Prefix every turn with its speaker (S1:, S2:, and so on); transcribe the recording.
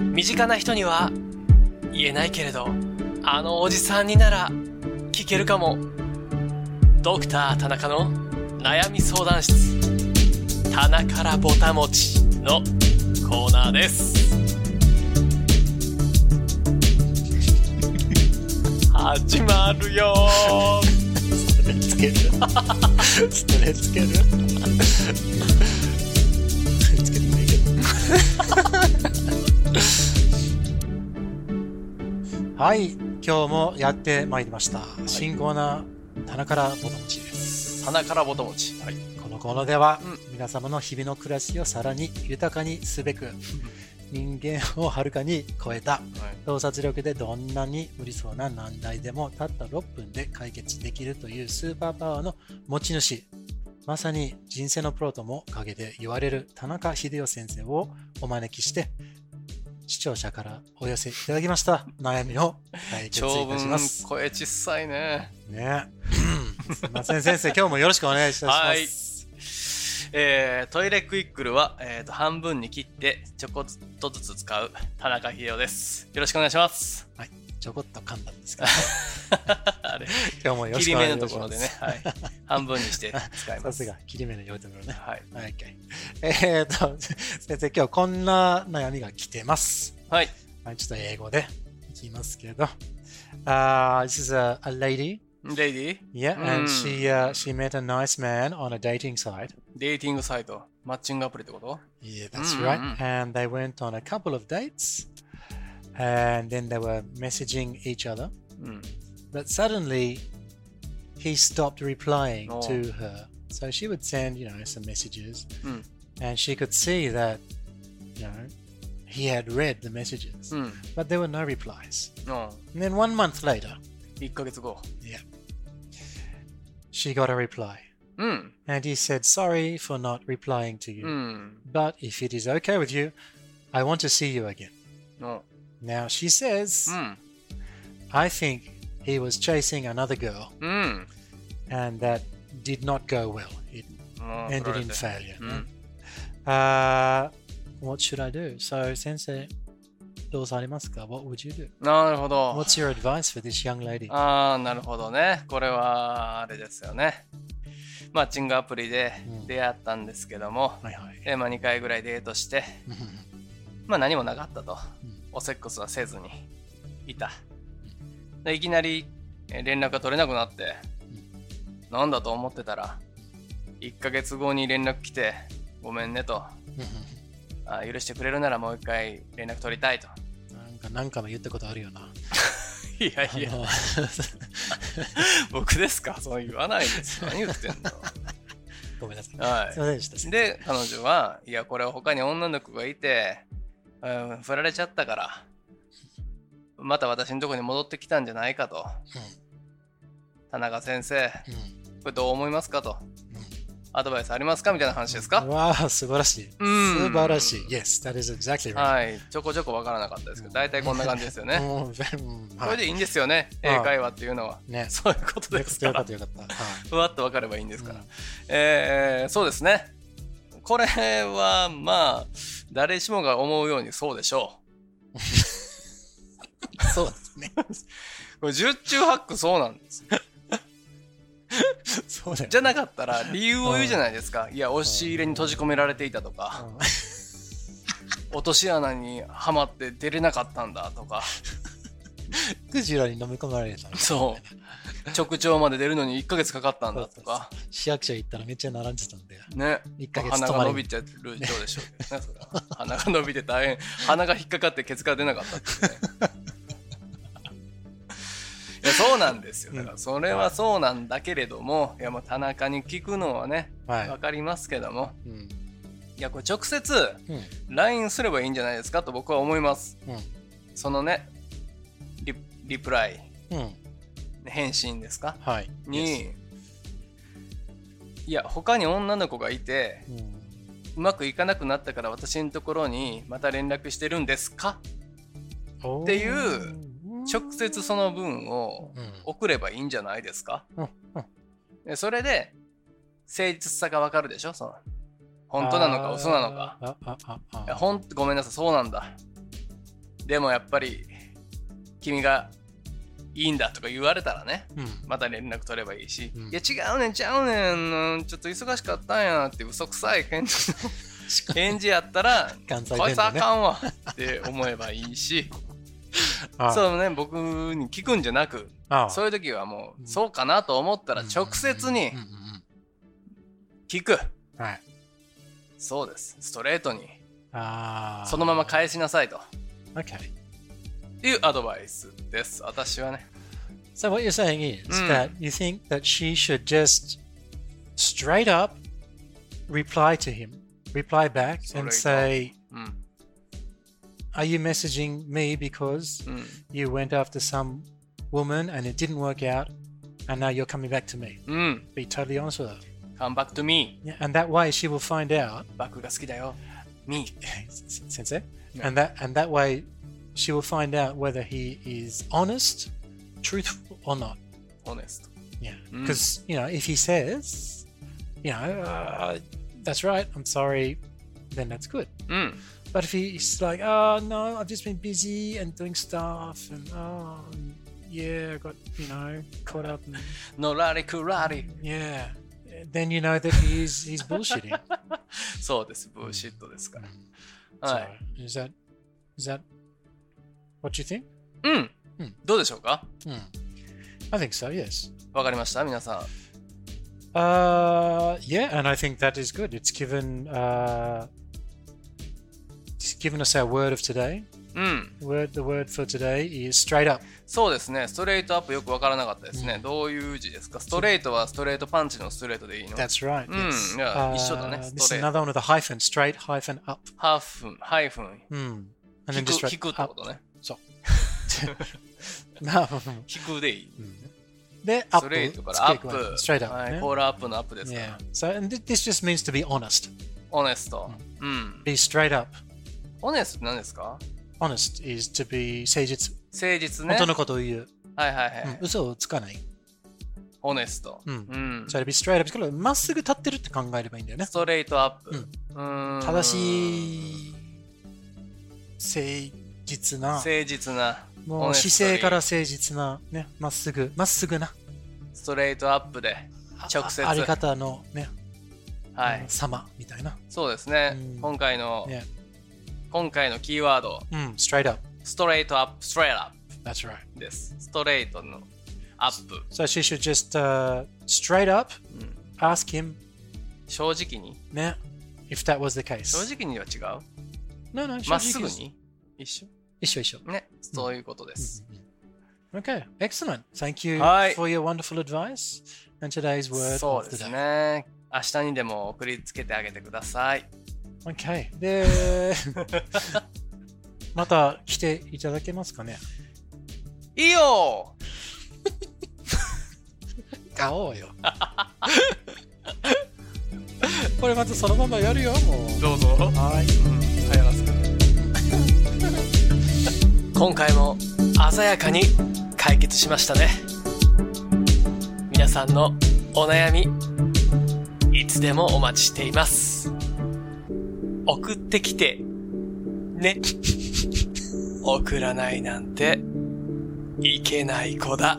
S1: 身近な人には言えないけれど、あのおじさんになら聞けるかも。ドクター田中の悩み相談室、棚からぼたもちのコーナー です。始まるよー
S2: それつけるそれつけるそれつけてもいいけどはい今日もやってまいりました、新コーナー棚からぼたもちです
S1: 棚からぼたもち。はい。
S2: このコーナーでは、
S1: う
S2: 皆様の日々の暮らしをさらに豊かにすべく人間をはるかに超えた洞察力でどんなに無理そうな難題でもたった6分で解決できるというスーパーパワーの持ち主まさに人生のプロとも陰で言われる田中秀夫先生をお招きして視聴者からお寄せいただきました悩みを解決
S1: 長
S2: いたしま
S1: 文、
S2: す。
S1: 声小さいね。
S2: ね、すいません先生今日もよろしくお願いいたします。
S1: はいえートイレクイックルは、えーと半分に切ってちょこっとずつ使う田中秀夫です。よろしくお願いします。
S2: ちょこっと噛んだんですけど、ね、
S1: あれ
S2: 今日もよろ
S1: 切り
S2: しくお願い
S1: 目
S2: い
S1: の
S2: た
S1: と
S2: し
S1: ころ
S2: ま。
S1: ですね、はい、半分にして使いま
S2: さ
S1: す。
S2: すが切り目のようところね。
S1: はい、
S2: はい、えー、っと、 先生、今日こんな悩みが来てます。
S1: はい、
S2: はい、ちょっと英語でいきますけど。Uh, this is a, a lady,
S1: レディー
S2: yeah,
S1: う
S2: and
S1: ん
S2: she,、uh, she met a nice man on a dating site.
S1: デイティングサイト、マッチングアプリってこと
S2: Yeah, that's
S1: うんうんうん
S2: right. And they went on a couple of dates, and then they were messaging each other.
S1: うん。
S2: But suddenly, he stopped replying
S1: Oh.
S2: to her. So she would send, you know, some messages,
S1: Mm.
S2: and she could see that, you know, he had read the messages,
S1: うん。
S2: but there were no replies.
S1: うん。
S2: And then one month later,
S1: 1ヶ月後。
S2: yeah, she got a reply,
S1: うん。
S2: and he said, "Sorry for not replying to you,
S1: うん。
S2: but if it is okay with you, I want to see you again."
S1: の
S2: Now she says,
S1: うん。
S2: "I think he was chasing another girl."
S1: うん。
S2: and that did not go well. It
S1: もう
S2: ended
S1: 取られ
S2: in
S1: て
S2: failure.
S1: うん。
S2: Uh, what should I do? So, sensei, どうされますか? what would you do?
S1: なるほど。
S2: What's your advice for this young lady?
S1: ああ、なるほどね。これは、あれですよね。マッチングアプリで
S2: うん
S1: 出会ったんですけども、
S2: はいはい。
S1: えーまあ、2回ぐらいデートして、まあ、何もなかったと。おセックスはせずにいた。でいきなりえー連絡が取れなくなって、なんだと思ってたら、1ヶ月後に連絡来て、ごめんねと。あー許してくれるならもう一回連絡取りたいと。
S2: なんか何回も言ったことあるよな。
S1: いやいや
S2: あ。の
S1: 僕ですかそう言わないです。何言ってんの
S2: ごめんなさい。
S1: はい
S2: すいませんでした。
S1: で、彼女は、いや、これは他に女の子がいて、うん、振られちゃったから、また私のとこに戻ってきたんじゃないかと。田中先生、
S2: うんうん
S1: これどう思いますかと。アドバイスありますかみたいな話ですか、
S2: わあ、素晴らしい。素
S1: うん
S2: 晴らしい。Yes, that is exactly right.
S1: はい。ちょこちょこわからなかったですけど、大体こんな感じですよね。
S2: もううん
S1: これ
S2: は
S1: で
S2: い
S1: いいんですよね、
S2: はい
S1: 英会話っていうのは。
S2: ね。
S1: そういうことですか
S2: よからっ。たよかった。はい
S1: ふわっとわかればいいんですから、
S2: うん
S1: えーそうですねこれはまあ誰しもが思うようにそうでしょ
S2: そうですね。
S1: うこれ十中八九そうなんです
S2: そうだよね
S1: じゃなかったら理由を言うじゃないですか、いや押し入れに閉じ込められていたとか、
S2: うん
S1: 落とし穴にはまって出れなかったんだとか
S2: クジラに飲み込まれたの
S1: そう直腸まで出るのに1ヶ月かかったんだとか
S2: 市役所行ったらめっちゃ並んでたんだよ。
S1: ね
S2: 1ヶ月
S1: 鼻
S2: 泊
S1: が
S2: ま
S1: 伸
S2: り
S1: び
S2: に。
S1: ちゃうどうでしょうけどねそれは鼻が伸びて大変鼻が引っかかってケツから出なかったっていうねいやそうなんですよだからそれはそうなんだけれどもいやもう田中に聞くのはね
S2: は
S1: 分かりますけども
S2: い。うん。
S1: いやこれ直接
S2: うん。
S1: LINE すればいいんじゃないですかと僕は思います
S2: うん
S1: そのねリリプライ
S2: うん。
S1: 返信ですか
S2: はい。
S1: にいや他に女の子がいて
S2: Yes. うん。
S1: うまくいかなくなったから私のところにまた連絡してるんですか
S2: おー
S1: っていう、直接その文を
S2: うん。
S1: 送ればいいんじゃないですか
S2: うんうん
S1: でそれで誠実さがわかるでしょその本当なのか嘘なのか
S2: あー。あ、あ、あ、
S1: いや
S2: あ。
S1: ほんごめんなさいそうなんだでもやっぱり君がいいんだとか言われたらね
S2: うん
S1: また連絡取ればいいし、
S2: うん
S1: いや違うねんちゃうねんうんちょっと忙しかったんやって嘘くさい返事返事やったら、
S2: 関西
S1: こい
S2: 弁
S1: つあ
S2: のね
S1: かんわって思えばいいし
S2: ああ
S1: そうね僕に聞くんじゃなく
S2: ああ
S1: そういう時はも
S2: うん
S1: うそうかなと思ったら
S2: うん
S1: 直接に
S2: うんうんうん
S1: 聞く
S2: うんはい
S1: そうですストレートに
S2: ああ
S1: そのまま返しなさいと
S2: Okay.
S1: いうアドバイスです私はね
S2: So what you're saying is
S1: Mm.
S2: that you think that she should just straight up reply to him, reply back, and
S1: Straight
S2: say,
S1: うん
S2: "Are you messaging me because
S1: うん
S2: you went after some woman and it didn't work out, and now you're coming back to me?"
S1: うん。
S2: Be totally honest with her,
S1: Come back to me.
S2: yeah, and that way she will find out,
S1: バックが好きだよ。Me.
S2: sensei,
S1: Yeah.
S2: and that and that way she will find out whether he is honest, truthful or not.
S1: Honest.
S2: Yeah,
S1: Mm.
S2: because you know, if he says, you know, uh, that's right, I'm sorry, then that's good.
S1: うん。
S2: But if he's like, oh no, I've just been busy and doing stuff, and oh yeah, I got you know caught up, and,
S1: のらりくらり。
S2: yeah, then you know that he's he's bullshitting.
S1: そうです。ブーシットですか
S2: Mm.
S1: ら。は
S2: So
S1: い。
S2: is that is that what you think?
S1: うん
S2: うん。
S1: どうでしょうか
S2: Hmm. I think so. Yes.
S1: わかりました皆さ
S2: Uh, yeah, and I think that is good. It's given uh, it's given us our word of today.
S1: ん。うん。
S2: Word the word for today is straight up.
S1: そうですね。ストレートアップよくわからなかったです
S2: う
S1: ね
S2: ん。
S1: どういう字ですかストレートはストレートパンチのストレートでいいの
S2: That's right.
S1: Mm,
S2: yes.
S1: yeah, it's short, isn't it?
S2: Uh, this is
S1: Straight.
S2: another one with a hyphen. Straight hyphen up.
S1: ハーフン、ハイフン。
S2: Hmm. And
S1: 引
S2: then
S1: く
S2: just
S1: 引
S2: write
S1: くってこ
S2: up.
S1: とね。
S2: No.
S1: 引くでいい。
S2: Hmm. They're
S1: ス
S2: up.
S1: トレートから
S2: Let's
S1: ア
S2: get going.
S1: ップ。
S2: Straight up.
S1: はい
S2: yeah?
S1: コールアップのアップですか
S2: yeah.
S1: ら。
S2: So and th- this just means to be honest.
S1: オネスト。うん。
S2: Be straight up.
S1: オネストって何ですか
S2: Honest is to be 誠実。
S1: 誠実ね。はい
S2: 本当のことを言う。
S1: はいはい。
S2: うん、嘘をつかない。
S1: オネスト。
S2: うん
S1: ん
S2: それ be straight up からまっすぐ立ってるって考えればいいんだよね
S1: ス。トレートアップ。
S2: うん
S1: うーん
S2: 正しい、誠実な、
S1: 誠実な。
S2: もう姿勢から誠実な、ね、まっすぐ、まっすぐな、
S1: ストレートアップで。
S2: あ
S1: 直接
S2: ああり方のね、
S1: はい。
S2: 様みたいな。
S1: そうですね
S2: うん。
S1: 今回の
S2: ね、
S1: 今回のキーワード、
S2: うん、straight up。
S1: ストレートアップ、ストレートアッ
S2: That's right.
S1: プです。ストレートのアップ。
S2: So she should just、uh, straight up
S1: うん、
S2: ask him,
S1: 正直に
S2: ね、if that was the
S1: 正
S2: case.
S1: 直には違う
S2: No, no,
S1: まっすぐ
S2: 正直
S1: に一
S2: 一緒一緒。
S1: 緒ね。そういうことです。
S2: Okay, excellent. Thank you
S1: はい。
S2: for your wonderful advice and today's word
S1: そう
S2: of
S1: で
S2: the
S1: す
S2: day.
S1: ね。明日にでも送りつけてあげてください。
S2: Okay. で、 また来ていただけますかね
S1: いいよ
S2: 買おうよ。これまたそのままやるよ、もう。
S1: どうぞ。
S2: はい。
S1: 流行らすから今回も鮮やかに解決しましたね皆さんのお悩みいつでもお待ちしています送ってきてね送らないなんていけない子だ